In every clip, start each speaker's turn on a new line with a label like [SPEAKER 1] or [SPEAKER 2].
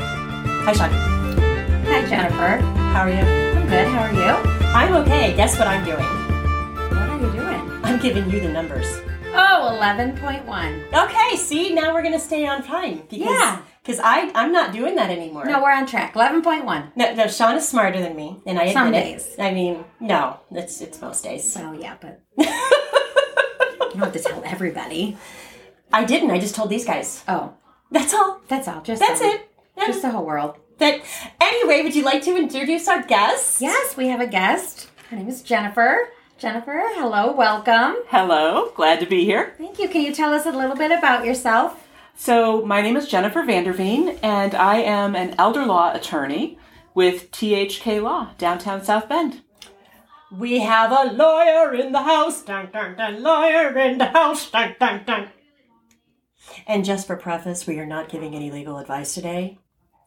[SPEAKER 1] Hi, Sean.
[SPEAKER 2] Hi, Jennifer.
[SPEAKER 1] How are you?
[SPEAKER 2] I'm good. How are you?
[SPEAKER 1] I'm okay. Guess what I'm doing?
[SPEAKER 2] What are you doing?
[SPEAKER 1] I'm giving you the numbers.
[SPEAKER 2] Oh, 11.1.
[SPEAKER 1] Okay, see, now we're gonna stay on time because
[SPEAKER 2] Yeah.
[SPEAKER 1] because I I'm not doing that anymore.
[SPEAKER 2] No, we're on track. 11.1.
[SPEAKER 1] no, no, Sean is smarter than me, and I admit
[SPEAKER 2] Some
[SPEAKER 1] it.
[SPEAKER 2] days.
[SPEAKER 1] I mean, no, it's it's most days.
[SPEAKER 2] So, yeah, but you don't have to tell everybody.
[SPEAKER 1] I didn't. I just told these guys.
[SPEAKER 2] Oh,
[SPEAKER 1] That's all.
[SPEAKER 2] that's all. Just
[SPEAKER 1] That's
[SPEAKER 2] um,
[SPEAKER 1] it. That-
[SPEAKER 2] Just the whole world.
[SPEAKER 1] that. Anyway, would you like to introduce our guest?
[SPEAKER 2] Yes, we have a guest. Her name is Jennifer. Jennifer, hello, welcome.
[SPEAKER 3] Hello, glad to be here.
[SPEAKER 2] Thank you. Can you tell us a little bit about yourself?
[SPEAKER 3] So, my name is Jennifer Vanderveen, and I am an elder law attorney with THK Law, downtown South Bend.
[SPEAKER 1] We have a lawyer in the house. Dun, dun, dun, lawyer in the house. Dun, dun, dun. And just for preface, we are not giving any legal advice today.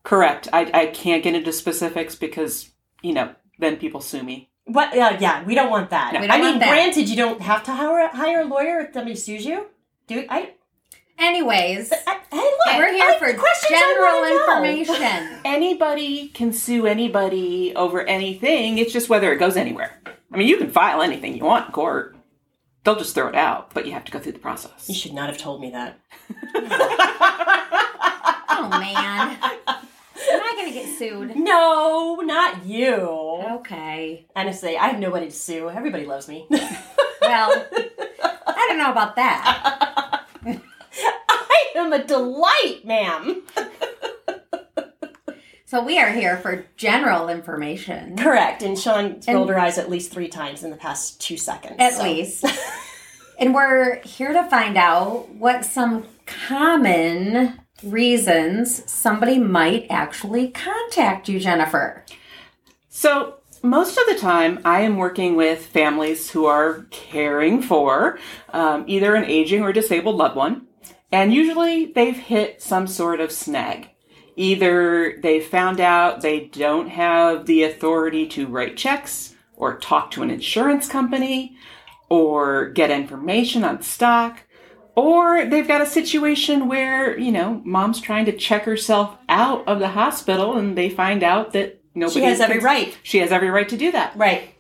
[SPEAKER 3] Correct. I, I can't get into specifics because, you know, then people sue me.
[SPEAKER 1] What? Uh, yeah, we don't want that.
[SPEAKER 2] We don't
[SPEAKER 1] I mean,
[SPEAKER 2] want that.
[SPEAKER 1] granted, you don't have to hire, hire a lawyer if somebody sues you. Do I?
[SPEAKER 2] Anyways,
[SPEAKER 1] I, I look,
[SPEAKER 2] we're here
[SPEAKER 1] I-
[SPEAKER 2] for
[SPEAKER 1] questions I
[SPEAKER 2] general
[SPEAKER 1] wanna know.
[SPEAKER 2] information.
[SPEAKER 3] Anybody can sue anybody over anything, it's just whether it goes anywhere. I mean, you can file anything you want in court, they'll just throw it out, but you have to go through the
[SPEAKER 1] You
[SPEAKER 3] process.
[SPEAKER 1] should not have told me that.
[SPEAKER 2] oh, man. Am I going to get sued?
[SPEAKER 1] No, not you.
[SPEAKER 2] Okay.
[SPEAKER 1] Honestly, I have nobody to sue. Everybody loves me.
[SPEAKER 2] Well, I don't know about that.
[SPEAKER 1] I am a delight, ma'am.
[SPEAKER 2] So we are here for general information,
[SPEAKER 1] Correct. And Sean
[SPEAKER 2] And-
[SPEAKER 1] rolled her eyes at least three times in the past two seconds.
[SPEAKER 2] at
[SPEAKER 1] so.
[SPEAKER 2] least. and we're here to find out what some common reasons somebody might actually contact you, Jennifer.
[SPEAKER 3] So, most of the time, I am working with families who are caring for um, either an aging or disabled loved one, and usually they've hit some sort of snag. Either they found out they don't have the authority to write checks, or talk to an insurance company, or get information on stock, or they've got a situation where, you know, mom's trying to check herself out of the hospital and they find out that nobody
[SPEAKER 1] She has every
[SPEAKER 3] can-
[SPEAKER 1] right.
[SPEAKER 3] she has every right to do that.
[SPEAKER 1] Right.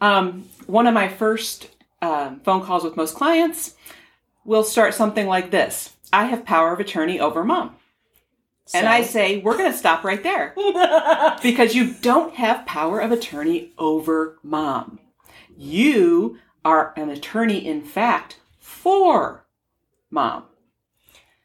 [SPEAKER 3] Um, one of my first um, phone calls with most clients will start something like this I have power of attorney over mom. And I say, we're going to stop right there because you don't have power of attorney over mom. You are an attorney, in fact, for mom.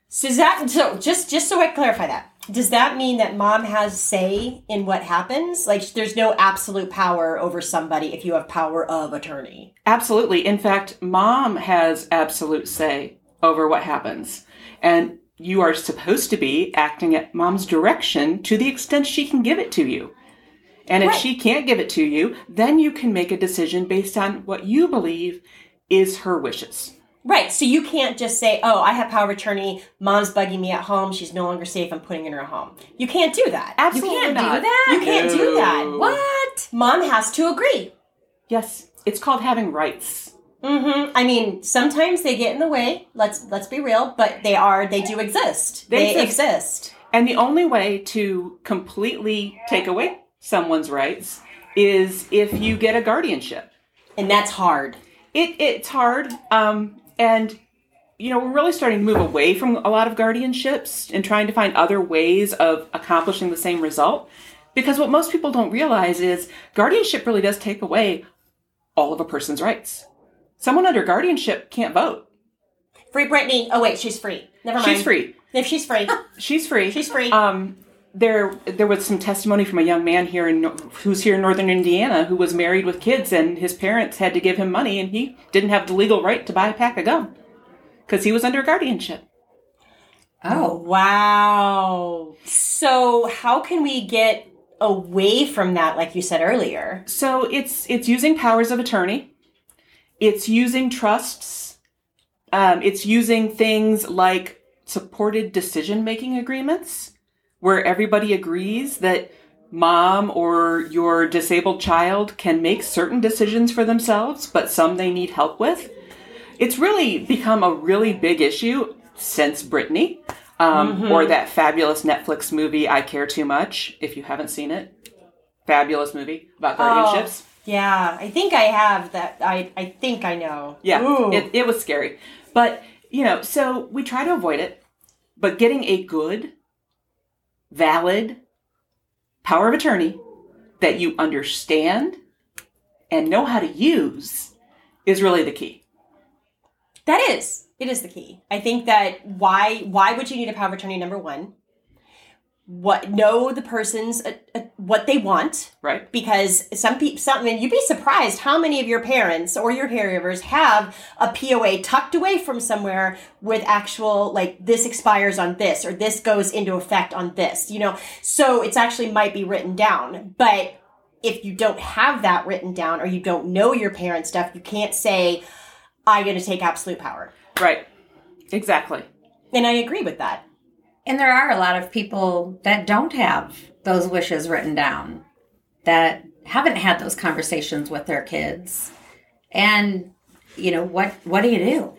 [SPEAKER 1] So is that so just just so I clarify that. Does that mean that mom has say in what happens? Like there's no absolute power over somebody if you have power of attorney.
[SPEAKER 3] Absolutely. In fact, mom has absolute say over what happens. And you are supposed to be acting at mom's direction to the extent she can give it to you. And if
[SPEAKER 1] Right.
[SPEAKER 3] she can't give it to you, then you can make a decision based on what you believe is her wishes.
[SPEAKER 1] Right. So you can't just say, "Oh, I have power of attorney. Mom's bugging me at home. She's no longer safe. I'm putting her in her home." You can't do that.
[SPEAKER 3] Absolutely
[SPEAKER 1] you can't do
[SPEAKER 3] not.
[SPEAKER 1] that. You can't do that.
[SPEAKER 3] No.
[SPEAKER 1] What? Mom has to agree.
[SPEAKER 3] Yes, it's called having rights.
[SPEAKER 1] Mhm. I mean, sometimes they get in the way. Let's let's be real, but they are they do exist.
[SPEAKER 3] They
[SPEAKER 1] They,
[SPEAKER 3] exist.
[SPEAKER 1] exist.
[SPEAKER 3] And the only way to completely take away someone's rights is if you get a guardianship.
[SPEAKER 1] And that's hard.
[SPEAKER 3] it it's hard um and you know we're really starting to move away from a lot of guardianships and trying to find other ways of accomplishing the same result because what most people don't realize is guardianship really does take away all of a person's rights someone under guardianship can't vote
[SPEAKER 1] Free Britney. Oh wait, she's free. Never mind.
[SPEAKER 3] she's free
[SPEAKER 1] If she's free.
[SPEAKER 3] she's free
[SPEAKER 1] She's free.
[SPEAKER 3] um there there was some testimony from a young man here in Nor- who's here in northern indiana who was married with kids and his parents had to give him money and he didn't have the legal right to buy a pack of gum because he was under guardianship
[SPEAKER 2] Oh,
[SPEAKER 1] wow. So how can we get away from that like you said earlier?
[SPEAKER 3] so it's it's using powers of attorney it's using trusts um, it's using things like supported decision making agreements where everybody agrees that mom or your disabled child can make certain decisions for themselves but some they need help with it's really become a really big issue since Brittany um, or that fabulous Netflix movie I Care Too Much. If you haven't seen it, fabulous movie about guardianships.
[SPEAKER 1] Oh, Yeah, I think I have that. I I think I know.
[SPEAKER 3] Yeah,
[SPEAKER 1] Ooh.
[SPEAKER 3] it, it was scary. But, you know, so we try to avoid it. But getting a good, valid power of attorney that you understand and know how to use is really the key.
[SPEAKER 1] That is. It is the key. I think that why why would you need a power of attorney number 1? What know the person's uh, uh, what they want
[SPEAKER 3] Right?
[SPEAKER 1] because some people something you'd be surprised how many of your parents or your caregivers have a POA tucked away from somewhere with actual like this expires on this or this goes into effect on this, you know. So it's actually might be written down, but if you don't have that written down or you don't know your parents' stuff, you can't say I'm going to take absolute power.
[SPEAKER 3] Right. Exactly.
[SPEAKER 1] And I agree with that.
[SPEAKER 2] And there are a lot of people that don't have those wishes written down, that haven't had those conversations with their kids. And you know, what what do you do?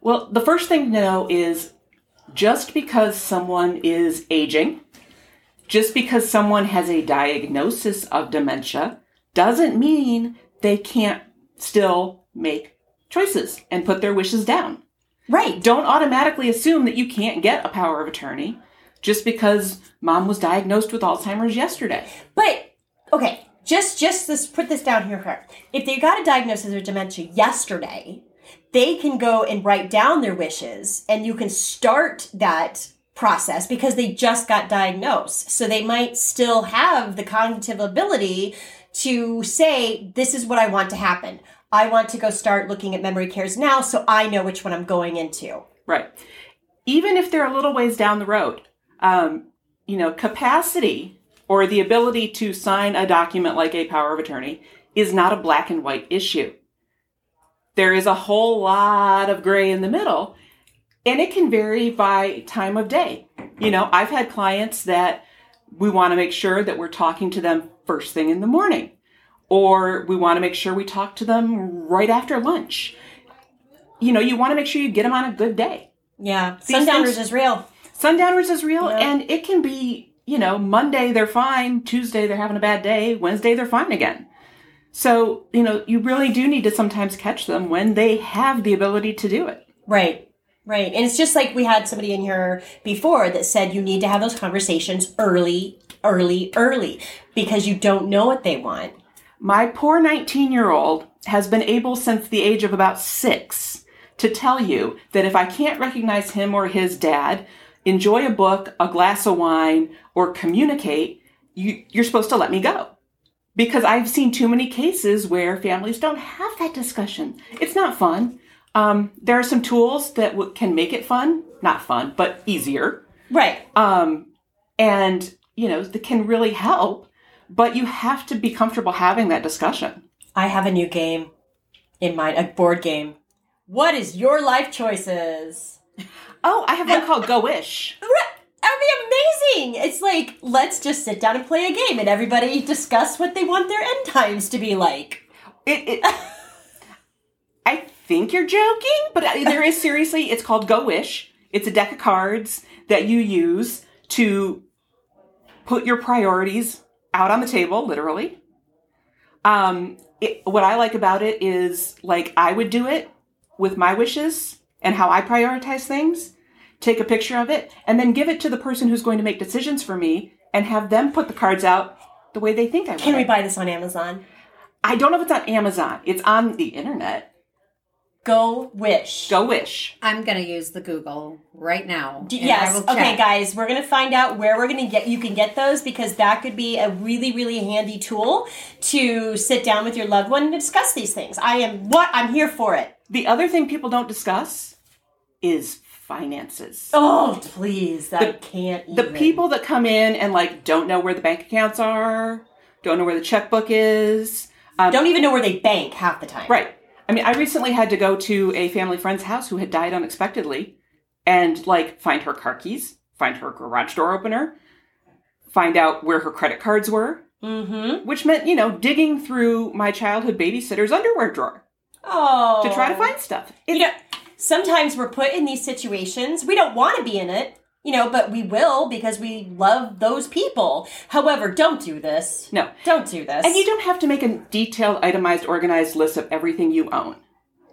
[SPEAKER 3] Well, the first thing to know is just because someone is aging, just because someone has a diagnosis of dementia, doesn't mean they can't still make choices and put their wishes down.
[SPEAKER 1] Right.
[SPEAKER 3] Don't automatically assume that you can't get a power of attorney just because mom was diagnosed with Alzheimer's yesterday.
[SPEAKER 1] But okay, just just this put this down here for if they got a diagnosis of dementia yesterday, they can go and write down their wishes and you can start that process because they just got diagnosed. So they might still have the cognitive ability to say, this is what I want to happen. I want to go start looking at memory cares now so I know which one I'm going into.
[SPEAKER 3] Right. Even if they're a little ways down the road, um, you know, capacity or the ability to sign a document like a power of attorney is not a black and white issue. There is a whole lot of gray in the middle, and it can vary by time of day. You know, I've had clients that we want to make sure that we're talking to them first thing in the morning, or we want to make sure we talk to them right after lunch. You know, you want to make sure you get them on a good day.
[SPEAKER 1] Yeah.
[SPEAKER 3] These
[SPEAKER 1] Sundowners
[SPEAKER 3] things-
[SPEAKER 1] is real.
[SPEAKER 3] Sundowners is real,
[SPEAKER 1] Yeah.
[SPEAKER 3] and it can be, you know, Monday they're fine, Tuesday they're having a bad day, Wednesday they're fine again. So, you know, you really do need to sometimes catch them when they have the ability to do it.
[SPEAKER 1] Right. Right. And it's just like we had somebody in here before that said you need to have those conversations early, early, early because you don't know what they want.
[SPEAKER 3] My poor 19 year old has been able since the age of about six to tell you that if I can't recognize him or his dad, enjoy a book, a glass of wine, or communicate, you, you're supposed to let me go. Because I've seen too many cases where families don't have that discussion. It's not fun. Um, there are some tools that w- can make it fun, not fun, but easier
[SPEAKER 1] Right.
[SPEAKER 3] um, and you know that can really help but you have to be comfortable having that discussion
[SPEAKER 1] I have a new game in mind, a board game. What is your life choices?
[SPEAKER 3] oh i have one called go wish
[SPEAKER 1] That would be amazing. It's like let's just sit down and play a game and everybody discuss what they want their end times to be like.
[SPEAKER 3] it, it, i think you're joking but there is seriously it's called go wish it's a deck of cards that you use to put your priorities out on the table literally um, it, what i like about it is like i would do it with my wishes and how i prioritize things take a picture of it and then give it to the person who's going to make decisions for me and have them put the cards out the way they think i would
[SPEAKER 1] Can we buy this on Amazon?
[SPEAKER 3] I don't know if it's on Amazon. It's on the internet.
[SPEAKER 1] Go wish.
[SPEAKER 3] Go Wish.
[SPEAKER 2] I'm gonna use the Google right now.
[SPEAKER 1] D-
[SPEAKER 2] and I
[SPEAKER 1] yes.
[SPEAKER 2] will
[SPEAKER 1] Okay,
[SPEAKER 2] check.
[SPEAKER 1] guys, we're gonna find out where we're gonna get you can get those because that could be a really, really handy tool to sit down with your loved one and discuss these things. I am what I'm here for it.
[SPEAKER 3] The other thing people don't discuss is finances.
[SPEAKER 1] Oh, please, I
[SPEAKER 3] The-
[SPEAKER 1] can't.
[SPEAKER 3] The
[SPEAKER 1] even.
[SPEAKER 3] people that come in and like don't know where the bank accounts are, don't know where the checkbook is. Um,
[SPEAKER 1] don't even know where they bank half the time.
[SPEAKER 3] right. I mean, I recently had to go to a family friend's house who had died unexpectedly and like find her car keys, find her garage door opener, find out where her credit cards were,
[SPEAKER 1] Mm-hmm.
[SPEAKER 3] which meant, you know, digging through my childhood babysitter's underwear drawer
[SPEAKER 1] Oh.
[SPEAKER 3] to try to find stuff. It-
[SPEAKER 1] You know, sometimes we're put in these situations. We don't want to be in it, You know, but we will because we love those people. However, don't do this.
[SPEAKER 3] No.
[SPEAKER 1] Don't do this.
[SPEAKER 3] And you don't have to make a detailed, itemized, organized list of everything you own.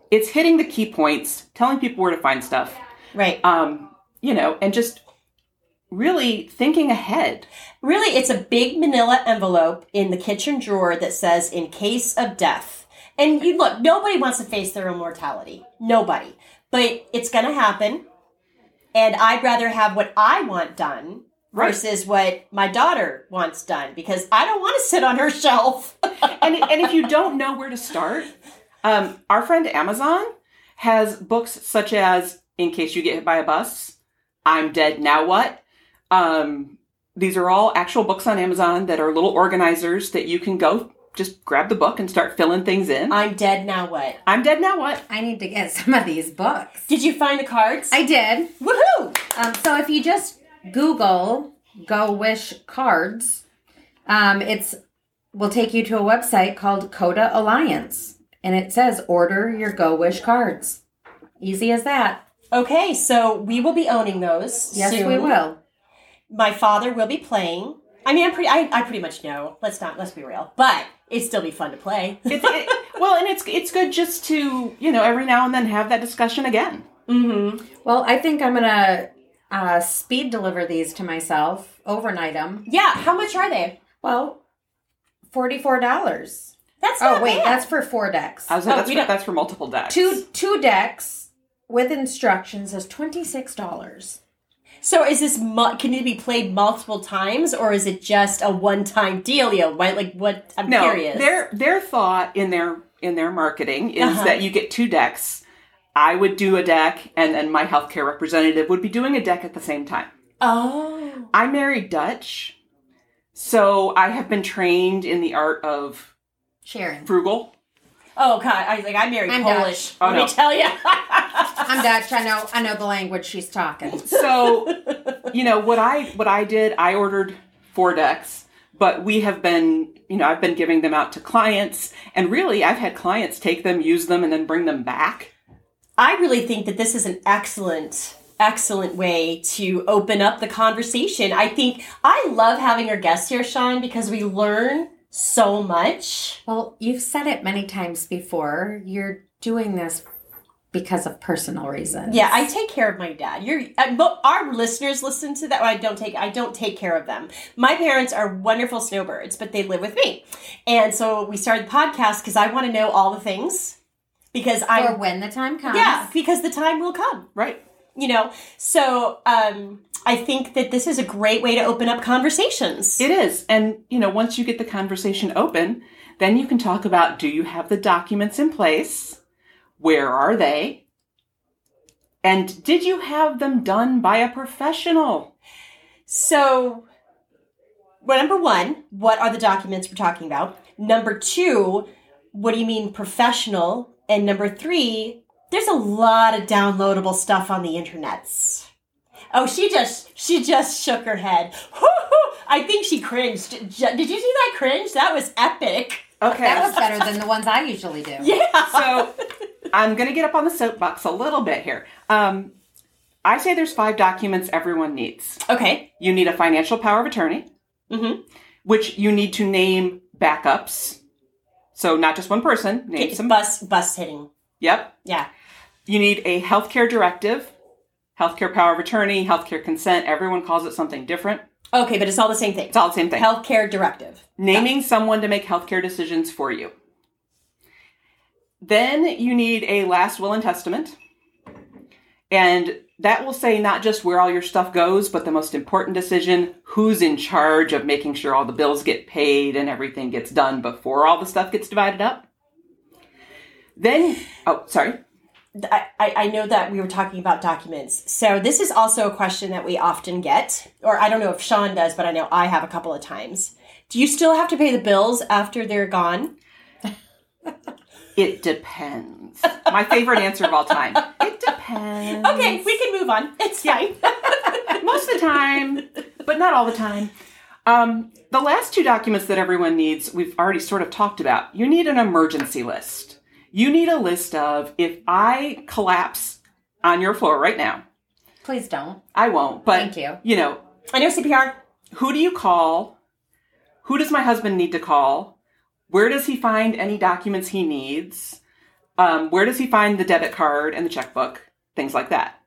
[SPEAKER 3] It's hitting the key points, telling people where to find stuff,
[SPEAKER 1] right.
[SPEAKER 3] um, you know, and just really thinking ahead.
[SPEAKER 1] Really, it's a big manila envelope in the kitchen drawer that says, in case of death. And you look, nobody wants to face their own mortality. Nobody. But it's going to happen. And I'd rather have what I want done
[SPEAKER 3] Right.
[SPEAKER 1] versus what my daughter wants done because I don't want to sit on her shelf.
[SPEAKER 3] and, and if you don't know where to start, um, our friend Amazon has books such as In Case You Get Hit by a Bus, I'm Dead Now What. Um, these are all actual books on Amazon that are little organizers that you can go just grab the book and start filling things in.
[SPEAKER 1] I'm dead now. What?
[SPEAKER 3] I'm Dead Now What.
[SPEAKER 2] I need to get some of these books.
[SPEAKER 1] Did you find the cards?
[SPEAKER 2] I did.
[SPEAKER 1] Woohoo!
[SPEAKER 2] Um, so if you just Google Go Wish cards, um, it's will take you to a website called Coda Alliance, and it says order your Go Wish cards. Easy as that.
[SPEAKER 1] Okay, so we will be owning those.
[SPEAKER 2] Yes,
[SPEAKER 1] soon.
[SPEAKER 2] we will.
[SPEAKER 1] My father will be playing. I mean, I'm pretty. I, I pretty much know. Let's not. Let's be real. But it'd still be fun to play.
[SPEAKER 3] It's, it, well, and it's it's good just to you know every now and then have that discussion again.
[SPEAKER 1] Mm-hmm.
[SPEAKER 2] Well, I think I'm gonna uh, speed deliver these to myself, overnight them.
[SPEAKER 1] Yeah. How much are they?
[SPEAKER 2] Well, forty four dollars.
[SPEAKER 1] That's not
[SPEAKER 2] Oh wait,
[SPEAKER 1] bad.
[SPEAKER 2] that's for four decks.
[SPEAKER 3] I was like,
[SPEAKER 1] Oh,
[SPEAKER 3] that's,
[SPEAKER 1] we
[SPEAKER 3] for,
[SPEAKER 1] don't-
[SPEAKER 3] that's for multiple decks.
[SPEAKER 2] Two two decks with instructions is twenty six dollars.
[SPEAKER 1] so is this? Mu- can it be played multiple times, or is it just a one-time dealio? Right? Like what? I'm
[SPEAKER 3] no,
[SPEAKER 1] curious.
[SPEAKER 3] their their thought in their in their marketing is
[SPEAKER 1] Uh-huh.
[SPEAKER 3] that you get two decks. I would do a deck, and then my healthcare representative would be doing a deck at the same time.
[SPEAKER 1] Oh.
[SPEAKER 3] I married Dutch, so I have been trained in the art of
[SPEAKER 2] Sharing.
[SPEAKER 3] frugal.
[SPEAKER 1] Oh God! I was like, I married
[SPEAKER 2] I'm
[SPEAKER 1] Polish.
[SPEAKER 3] Oh,
[SPEAKER 1] let
[SPEAKER 3] no.
[SPEAKER 1] me tell you.
[SPEAKER 2] I'm Dutch. I know. I know the language she's talking.
[SPEAKER 3] So, you know what I what I did? I ordered four decks, but we have been, you know, I've been giving them out to clients, and really, I've had clients take them, use them, and then bring them back.
[SPEAKER 1] I really think that this is an excellent, excellent way to open up the conversation. I think I love having our guests here, Sean, because we learn so much.
[SPEAKER 2] Well, you've said it many times before. You're doing this because of personal reasons.
[SPEAKER 1] Yeah, I take care of my dad. You're, uh, but our listeners listen to that. I don't take. I don't take care of them. My parents are wonderful snowbirds, but they live with me, and so we started the podcast because I want to know all the things because
[SPEAKER 2] Or
[SPEAKER 1] I.
[SPEAKER 2] when the time comes.
[SPEAKER 1] Yeah, because the time will come.
[SPEAKER 3] Right?
[SPEAKER 1] you know so um i think that this is a great way to open up conversations
[SPEAKER 3] It is, and you know, once you get the conversation open, then you can talk about: Do you have the documents in place? Where are they? And did you have them done by a professional?
[SPEAKER 1] so well, number one what are the documents we're talking about number two what do you mean professional and number three there's a lot of downloadable stuff on the internets oh she just she just shook her head i think she cringed J- did you see that cringe that was epic
[SPEAKER 3] Okay,
[SPEAKER 2] That was better than the ones I usually do. Yeah.
[SPEAKER 3] so I'm going to get up on the soapbox a little bit here. Um, I say there's five documents everyone needs.
[SPEAKER 1] okay
[SPEAKER 3] You need a financial power of attorney,
[SPEAKER 1] Mhm.
[SPEAKER 3] which you need to name backups. So not just one person, name some.
[SPEAKER 1] bus bus hitting
[SPEAKER 3] Yep.
[SPEAKER 1] yeah
[SPEAKER 3] You need a healthcare directive, healthcare power of attorney, healthcare consent. Everyone calls it something different.
[SPEAKER 1] okay but it's all the same thing
[SPEAKER 3] It's all the same thing.
[SPEAKER 1] healthcare directive
[SPEAKER 3] naming someone to make healthcare decisions for you. Then you need a last will and testament. And that will say not just where all your stuff goes, but the most important decision who's in charge of making sure all the bills get paid and everything gets done before all the stuff gets divided up. Then, oh, sorry.
[SPEAKER 1] I, I I know that we were talking about documents. So this is also a question that we often get, or I don't know if Sean does, but I know I have a couple of times. Do you still have to pay the bills after they're gone?
[SPEAKER 3] It depends. My favorite answer of all time. It depends.
[SPEAKER 1] Okay, we can move on. It's fine.
[SPEAKER 3] most of the time, but not all the time. Um, the last two documents that everyone needs, we've already sort of talked about. You need an emergency list. You need a list of if I collapse on your floor right now,
[SPEAKER 2] Please don't.
[SPEAKER 3] I won't, but
[SPEAKER 2] Thank you.
[SPEAKER 3] You know,
[SPEAKER 1] I know CPR.
[SPEAKER 3] who do you call? Who does my husband need to call? Where does he find any documents he needs? Um, where does he find the debit card and the checkbook? Things like that.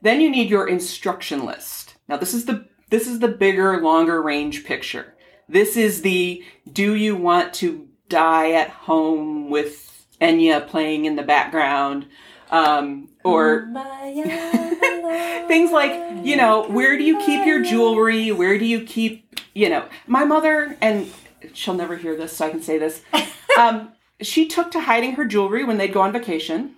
[SPEAKER 3] Then you need your instruction list. Now this is the this is the bigger, longer range picture. This is the do you want to die at home with Enya playing in the background? Um, or things like you know where do you keep your jewelry where do you keep you know my mother and she'll never hear this so i can say this um, she took to hiding her jewelry when they'd go on vacation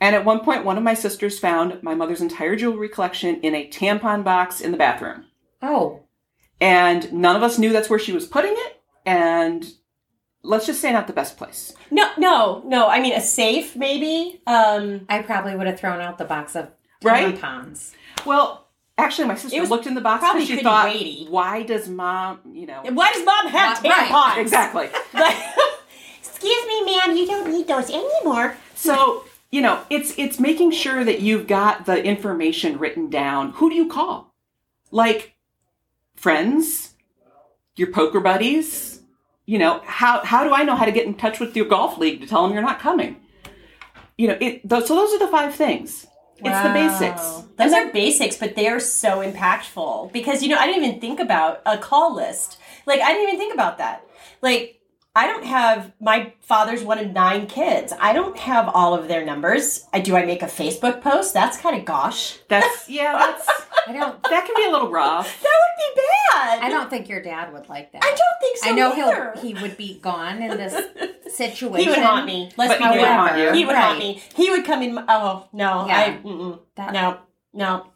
[SPEAKER 3] and at one point one of my sisters found my mother's entire jewelry collection in a tampon box in the bathroom
[SPEAKER 2] Oh,
[SPEAKER 3] and none of us knew that's where she was putting it and let's just say not the best place
[SPEAKER 1] No, no, no. I mean, a safe maybe. Um,
[SPEAKER 2] I probably would have thrown out the box of
[SPEAKER 3] Right?
[SPEAKER 2] tampons.
[SPEAKER 3] well actually my sister
[SPEAKER 1] was
[SPEAKER 3] looked in the box
[SPEAKER 1] probably
[SPEAKER 3] because she
[SPEAKER 1] pretty
[SPEAKER 3] thought
[SPEAKER 1] weighty.
[SPEAKER 3] why does mom you know
[SPEAKER 1] why does mom have
[SPEAKER 2] Uh, right,
[SPEAKER 1] tampons?
[SPEAKER 3] exactly
[SPEAKER 1] Excuse me, ma'am. You don't need those anymore.
[SPEAKER 3] So, you know, it's it's making sure that you've got the information written down. Who do you call? Like friends, your poker buddies, you know, how how do I know how to get in touch with your golf league to tell them you're not coming? You know, it th- so those are the five things. It's the basics.
[SPEAKER 1] Those are basics, but they are so impactful because you know I didn't even think about a call list. Like I didn't even think about that. Like I don't have my father's one of nine kids. I don't have all of their numbers. I do. I make a Facebook post. That's kind of gosh.
[SPEAKER 3] That's yeah, that's
[SPEAKER 2] I don't.
[SPEAKER 3] that can be a little rough.
[SPEAKER 1] That would be bad.
[SPEAKER 2] I don't think your dad would like that.
[SPEAKER 1] I don't think so.
[SPEAKER 2] I know
[SPEAKER 1] either.
[SPEAKER 2] he'll he would be gone in this situation.
[SPEAKER 1] He would haunt me. Let's
[SPEAKER 3] But
[SPEAKER 1] be
[SPEAKER 3] he would
[SPEAKER 1] real.
[SPEAKER 3] haunt you.
[SPEAKER 1] He would haunt
[SPEAKER 2] Right.
[SPEAKER 1] me. He would come in. Oh no!
[SPEAKER 2] Yeah.
[SPEAKER 1] I mm-mm,
[SPEAKER 2] That-
[SPEAKER 1] no no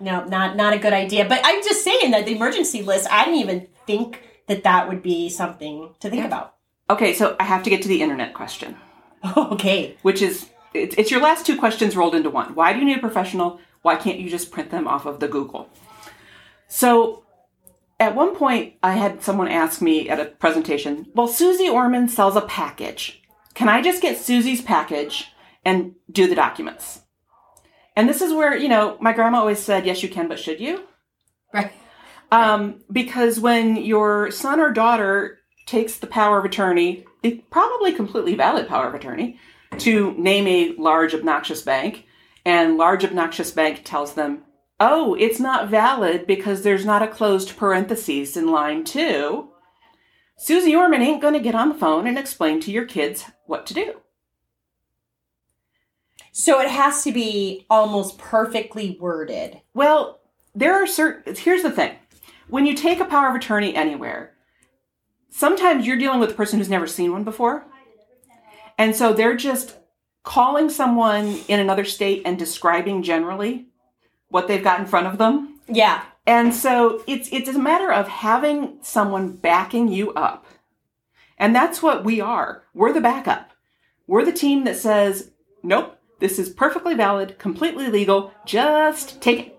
[SPEAKER 1] no not not a good idea. But I'm just saying that the emergency list. I didn't even think that that would be something to think about.
[SPEAKER 3] Okay, so I have to get to the internet question,
[SPEAKER 1] Okay.
[SPEAKER 3] which is it's, it's your last two questions rolled into one. Why do you need a professional? Why can't you just print them off of the Google? So at one point, I had someone ask me at a presentation, Well, Susie Orman sells a package. Can I just get Susie's package and do the documents? And this is where, you know, my grandma always said, Yes, you can, but should you?
[SPEAKER 2] Right.
[SPEAKER 3] Um, because when your son or daughter takes the power of attorney, the probably completely valid power of attorney, to name a large obnoxious bank, and large obnoxious bank tells them, oh, it's not valid because there's not a closed parentheses in line two, Susie Orman ain't going to get on the phone and explain to your kids what to do.
[SPEAKER 1] So it has to be almost perfectly worded.
[SPEAKER 3] Well, there are certain. Here's the thing: when you take a power of attorney anywhere, sometimes you're dealing with a person who's never seen one before, and so they're just calling someone in another state and describing generally what they've got in front of them.
[SPEAKER 1] Yeah.
[SPEAKER 3] And so it's it's a matter of having someone backing you up. And that's what we are. We're the backup. We're the team that says, "Nope, this is perfectly valid, completely legal. Just take it."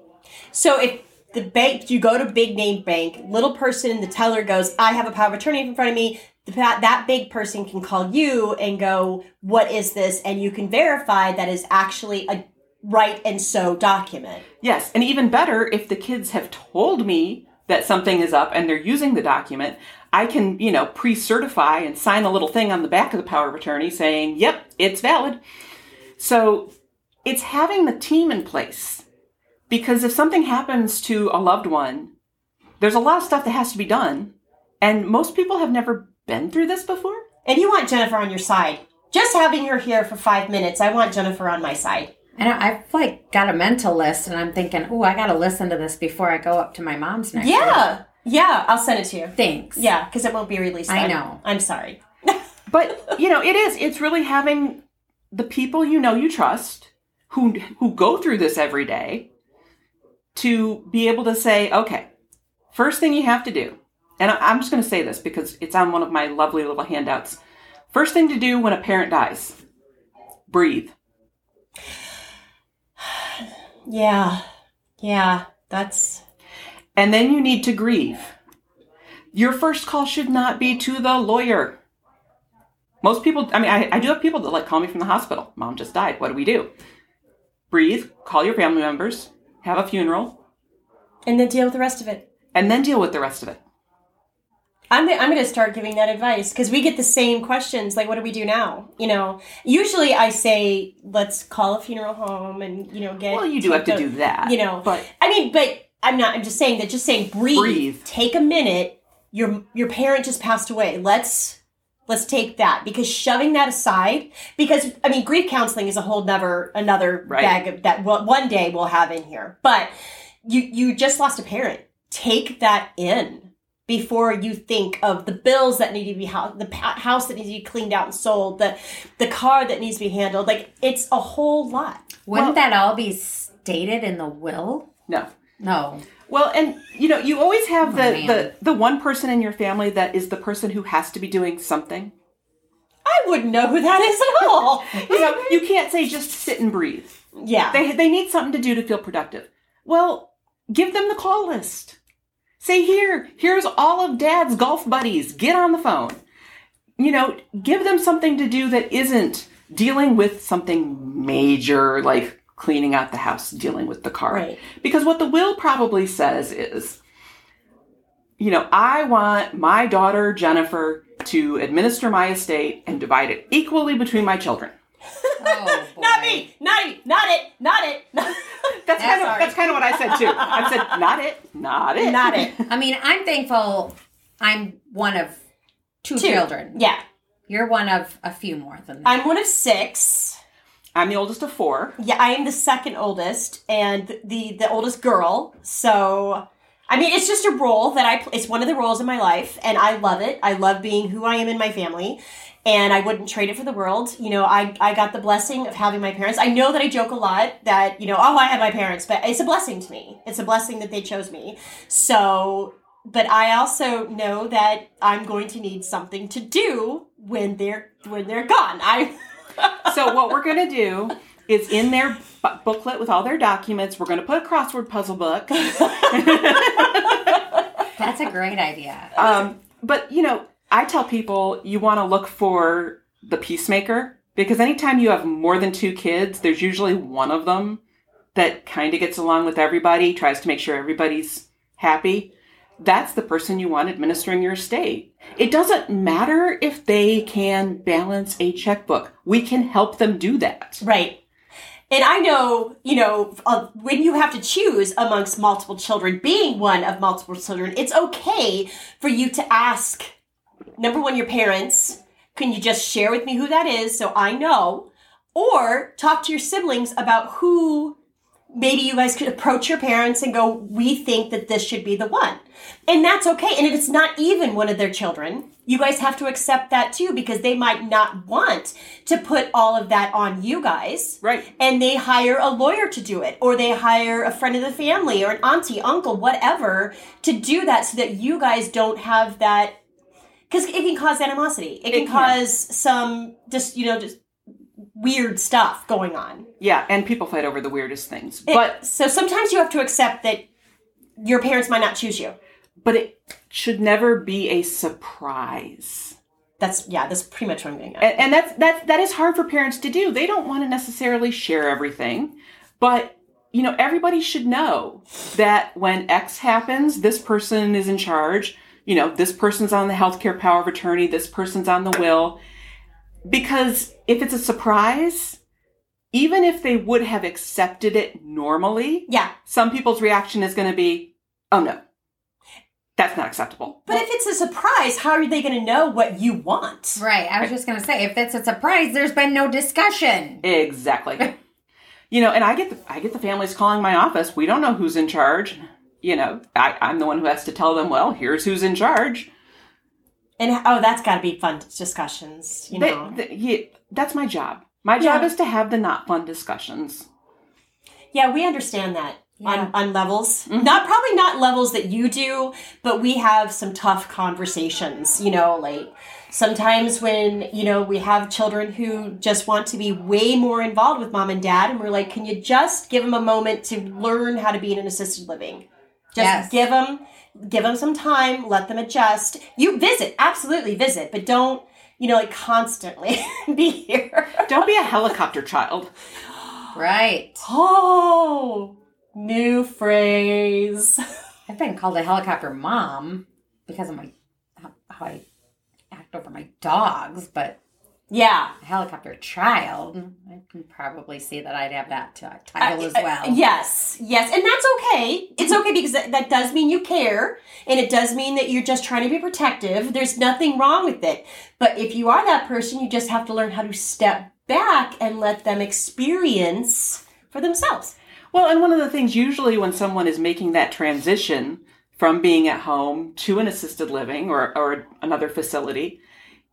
[SPEAKER 1] So if the bank, you go to big name bank, little person, the teller goes, I have a power of attorney in front of me. The, pa- that big person can call you and go, What is this? And you can verify that is actually a right and so document.
[SPEAKER 3] Yes, and even better if the kids have told me that something is up and they're using the document, I can, you know, pre-certify and sign a little thing on the back of the power of attorney saying, "Yep, it's valid." So, it's having the team in place. Because if something happens to a loved one, there's a lot of stuff that has to be done, and most people have never been through this before.
[SPEAKER 1] And you want Jennifer on your side. Just having her here for five minutes, I want Jennifer on my side.
[SPEAKER 2] And I- I've like got a mental list, and I'm thinking, oh, I got to listen to this before I go up to my mom's next. week."
[SPEAKER 1] Yeah. Yeah. I'll send it to you.
[SPEAKER 2] Thanks.
[SPEAKER 1] Yeah. Because it won't be released.
[SPEAKER 2] I
[SPEAKER 1] then.
[SPEAKER 2] know.
[SPEAKER 1] I'm sorry.
[SPEAKER 3] but you know it is it's really having the people you know you trust who who go through this every day to be able to say okay first thing you have to do and I- i'm just going to say this because it's on one of my lovely little handouts first thing to do when a parent dies breathe
[SPEAKER 1] Yeah. Yeah. That's.
[SPEAKER 3] and then you need to grieve your first call should not be to the lawyer most people i mean i, I do have people that like call me from the hospital mom just died what do we do breathe call your family members have a funeral,
[SPEAKER 1] and then deal with the rest of it.
[SPEAKER 3] and then deal with the rest of it.
[SPEAKER 1] I'm, I'm going to start giving that advice because we get the same questions. Like, what do we do now? You know, usually I say, let's call a funeral home and, you know, get.
[SPEAKER 3] Well, you do have to
[SPEAKER 1] take a-
[SPEAKER 3] do that,
[SPEAKER 1] You know,
[SPEAKER 3] but-
[SPEAKER 1] I mean, but I'm not, I'm just saying that just saying breathe,
[SPEAKER 3] Breathe.
[SPEAKER 1] take a minute. Your, your parent just passed away. Let's, let's take that because shoving that aside, because I mean, grief counseling is a whole never, another
[SPEAKER 3] Right.
[SPEAKER 1] bag of that one one day we'll have in here, but you, you just lost a parent. Take that in before you think of the bills that need to be house, the pa- house that needs to be cleaned out and sold, the the car that needs to be handled. Like it's a whole lot.
[SPEAKER 2] Wouldn't that all be stated in the will?
[SPEAKER 3] No.
[SPEAKER 2] No.
[SPEAKER 3] Well, and you know, you always have
[SPEAKER 2] Oh,
[SPEAKER 3] the,
[SPEAKER 2] man.
[SPEAKER 3] the the one person in your family that is the person who has to be doing something.
[SPEAKER 1] I wouldn't know who that is at all.
[SPEAKER 3] You know, you can't say just sit and breathe.
[SPEAKER 1] yeah,
[SPEAKER 3] They they need something to do to feel productive. Well, give them the call list. Say here, here's all of dad's golf buddies. Get on the phone. You know, give them something to do that isn't dealing with something major like cleaning out the house, dealing with the car.
[SPEAKER 1] Right.
[SPEAKER 3] Because what the will probably says is you know, I want my daughter Jennifer to administer my estate and divide it equally between my children.
[SPEAKER 2] Oh, boy.
[SPEAKER 1] not me, not me, not it, not it, not,
[SPEAKER 3] That's kind of
[SPEAKER 2] Sorry.
[SPEAKER 3] that's kind of what I said too. I said not it, not it,
[SPEAKER 1] not it.
[SPEAKER 2] I mean, I'm thankful I'm one of two,
[SPEAKER 1] Two.
[SPEAKER 2] children.
[SPEAKER 1] Yeah,
[SPEAKER 2] You're one of a few more than that.
[SPEAKER 1] I'm one of six.
[SPEAKER 3] I'm the oldest of four.
[SPEAKER 1] Yeah, I am the second oldest and the the oldest girl. So I mean, it's just a role that I pl- it's one of the roles in my life and I love it. I love being who I am in my family and I wouldn't trade it for the world. You know, I I got the blessing of having my parents. I know that I joke a lot that, you know, oh, I have my parents, but it's a blessing to me. It's a blessing that they chose me. So but I also know that I'm going to need something to do when they're when they're gone. I
[SPEAKER 3] So what we're gonna do is in their bu- booklet with all their documents, we're gonna put a crossword puzzle book.
[SPEAKER 2] That's a great idea.
[SPEAKER 3] Um, but you know, I tell people you want to look for the peacemaker because anytime you have more than two kids, there's usually one of them that kind of gets along with everybody, tries to make sure everybody's happy. That's the person you want administering your estate. It doesn't matter if they can balance a checkbook. We can help them do that.
[SPEAKER 1] Right. And I know, you know, uh, when you have to choose amongst multiple children, being one of multiple children, it's okay for you to ask number one, your parents, can you just share with me who that is so I know? Or talk to your siblings about who maybe you guys could approach your parents and go, we think that this should be the one. And that's okay. And if it's not even one of their children, you guys have to accept that too because they might not want to put all of that on you guys.
[SPEAKER 3] Right.
[SPEAKER 1] And they hire a lawyer to do it, or they hire a friend of the family, or an auntie, uncle, whatever, to do that so that you guys don't have that. Because it can cause animosity. It can,
[SPEAKER 3] can.
[SPEAKER 1] cause some just, you know, just weird stuff going on.
[SPEAKER 3] Yeah, and people fight over the weirdest things.
[SPEAKER 1] It-
[SPEAKER 3] But
[SPEAKER 1] so sometimes you have to accept that your parents might not choose you.
[SPEAKER 3] but it should never be a surprise.
[SPEAKER 1] That's yeah. That's pretty much what I'm getting at.
[SPEAKER 3] and, and that's that's that is hard for parents to do. They don't want to necessarily share everything, but you know everybody should know that when X happens, this person is in charge. You know, this person's on the healthcare power of attorney. This person's on the will, because if it's a surprise, even if they would have accepted it normally,
[SPEAKER 1] Yeah,
[SPEAKER 3] some people's reaction is going to be, "Oh no, that's not acceptable."
[SPEAKER 1] but if it's a surprise, how are they going to know what you want?
[SPEAKER 2] Right. I was just going to say, if it's a surprise, there's been no discussion.
[SPEAKER 3] Exactly. you know, and I get the I get the families calling my office. We don't know who's in charge. You know, I, I'm the one who has to tell them. Well, here's who's in charge.
[SPEAKER 1] And oh, that's got to be fun discussions. You
[SPEAKER 3] They-
[SPEAKER 1] know.
[SPEAKER 3] they- yeah, that's my job. My job is to have the not fun discussions.
[SPEAKER 1] yeah, we understand that
[SPEAKER 2] Yeah. Mm-hmm.
[SPEAKER 1] on on levels. Not probably not levels that you do, but we have some tough conversations. You know, like sometimes when you know we have children who just want to be way more involved with mom and dad, and we're like, can you just give them a moment to learn how to be in an assisted living?
[SPEAKER 2] Yes.
[SPEAKER 1] Just give 'em give them give them some time, let them adjust. You visit, absolutely visit, but don't you know like constantly be here.
[SPEAKER 3] Don't be a helicopter child.
[SPEAKER 2] Right.
[SPEAKER 1] Oh New phrase.
[SPEAKER 2] I've been called a helicopter mom because of my how, how I act over my dogs, but
[SPEAKER 1] Yeah.
[SPEAKER 2] a helicopter child, I can probably see that I'd have that t- title as
[SPEAKER 1] Uh, uh,
[SPEAKER 2] well.
[SPEAKER 1] Yes, yes, and that's okay. It's okay because that, that does mean you care, and it does mean that you're just trying to be protective. There's nothing wrong with it. But if you are that person, you just have to learn how to step back and let them experience for themselves.
[SPEAKER 3] Well, and one of the things usually when someone is making that transition from being at home to an assisted living or, or another facility,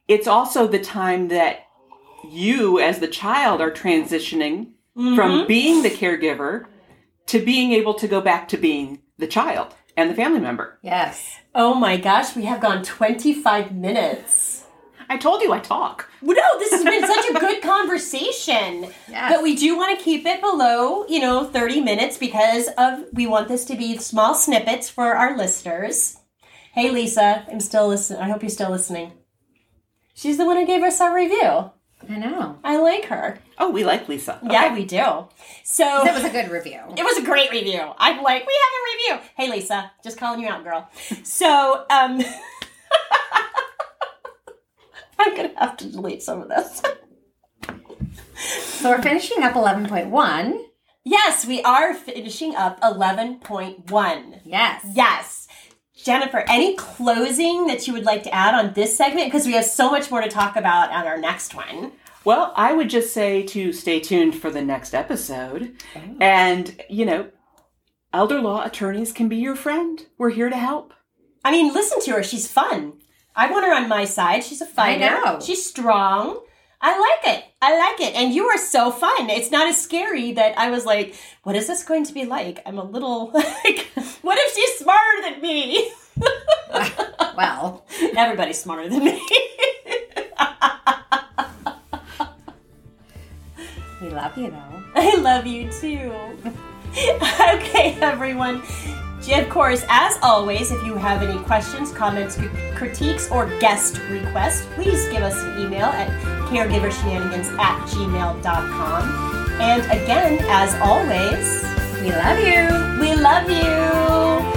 [SPEAKER 3] it's also the time that you as the child are transitioning from being the caregiver to being able to go back to being the child and the family member.
[SPEAKER 2] Yes.
[SPEAKER 1] Oh my gosh, we have gone 25 minutes.
[SPEAKER 3] I told you I talk.
[SPEAKER 1] Well, No, this has been such a good conversation.
[SPEAKER 2] Yes.
[SPEAKER 1] But we do want to keep it below, you know, 30 minutes because of we want this to be small snippets for our listeners. Hey Lisa, I'm still listening. I hope you're still listening. She's the one who gave us our review.
[SPEAKER 2] I know.
[SPEAKER 1] I like her.
[SPEAKER 3] Oh, we like Lisa.
[SPEAKER 1] Yeah, we do. So
[SPEAKER 2] That was a good review.
[SPEAKER 1] it was a great review. I'm like, we have a review. Hey, Lisa, just calling you out, girl. So, um, I'm gonna have to delete some of this.
[SPEAKER 2] So we're finishing up 11.1.
[SPEAKER 1] Yes, we are finishing up 11.1.
[SPEAKER 2] Yes.
[SPEAKER 1] Yes. Jennifer, any closing that you would like to add on this segment? Because we have so much more to talk about on our next one.
[SPEAKER 3] Well, I would just say to stay tuned for the next episode. And, you know, elder law attorneys can be your friend. We're here to help.
[SPEAKER 1] I mean, listen to her. She's fun. I want her on my side. She's a fighter.
[SPEAKER 2] know.
[SPEAKER 1] She's strong. I like it. I like it. And you are so fun. It's not as scary that I was like, what is this going to be like? I'm a little like, what if she's smarter than me?
[SPEAKER 2] Well,
[SPEAKER 1] Everybody's smarter than me.
[SPEAKER 2] we love you though.
[SPEAKER 1] I love you too. okay, everyone. Of course, as always, if you have any questions, comments, cri- critiques, or guest requests, please give us an email at caregivershenanigans at gmail.com. And again, as always,
[SPEAKER 2] We love you.
[SPEAKER 1] we love you.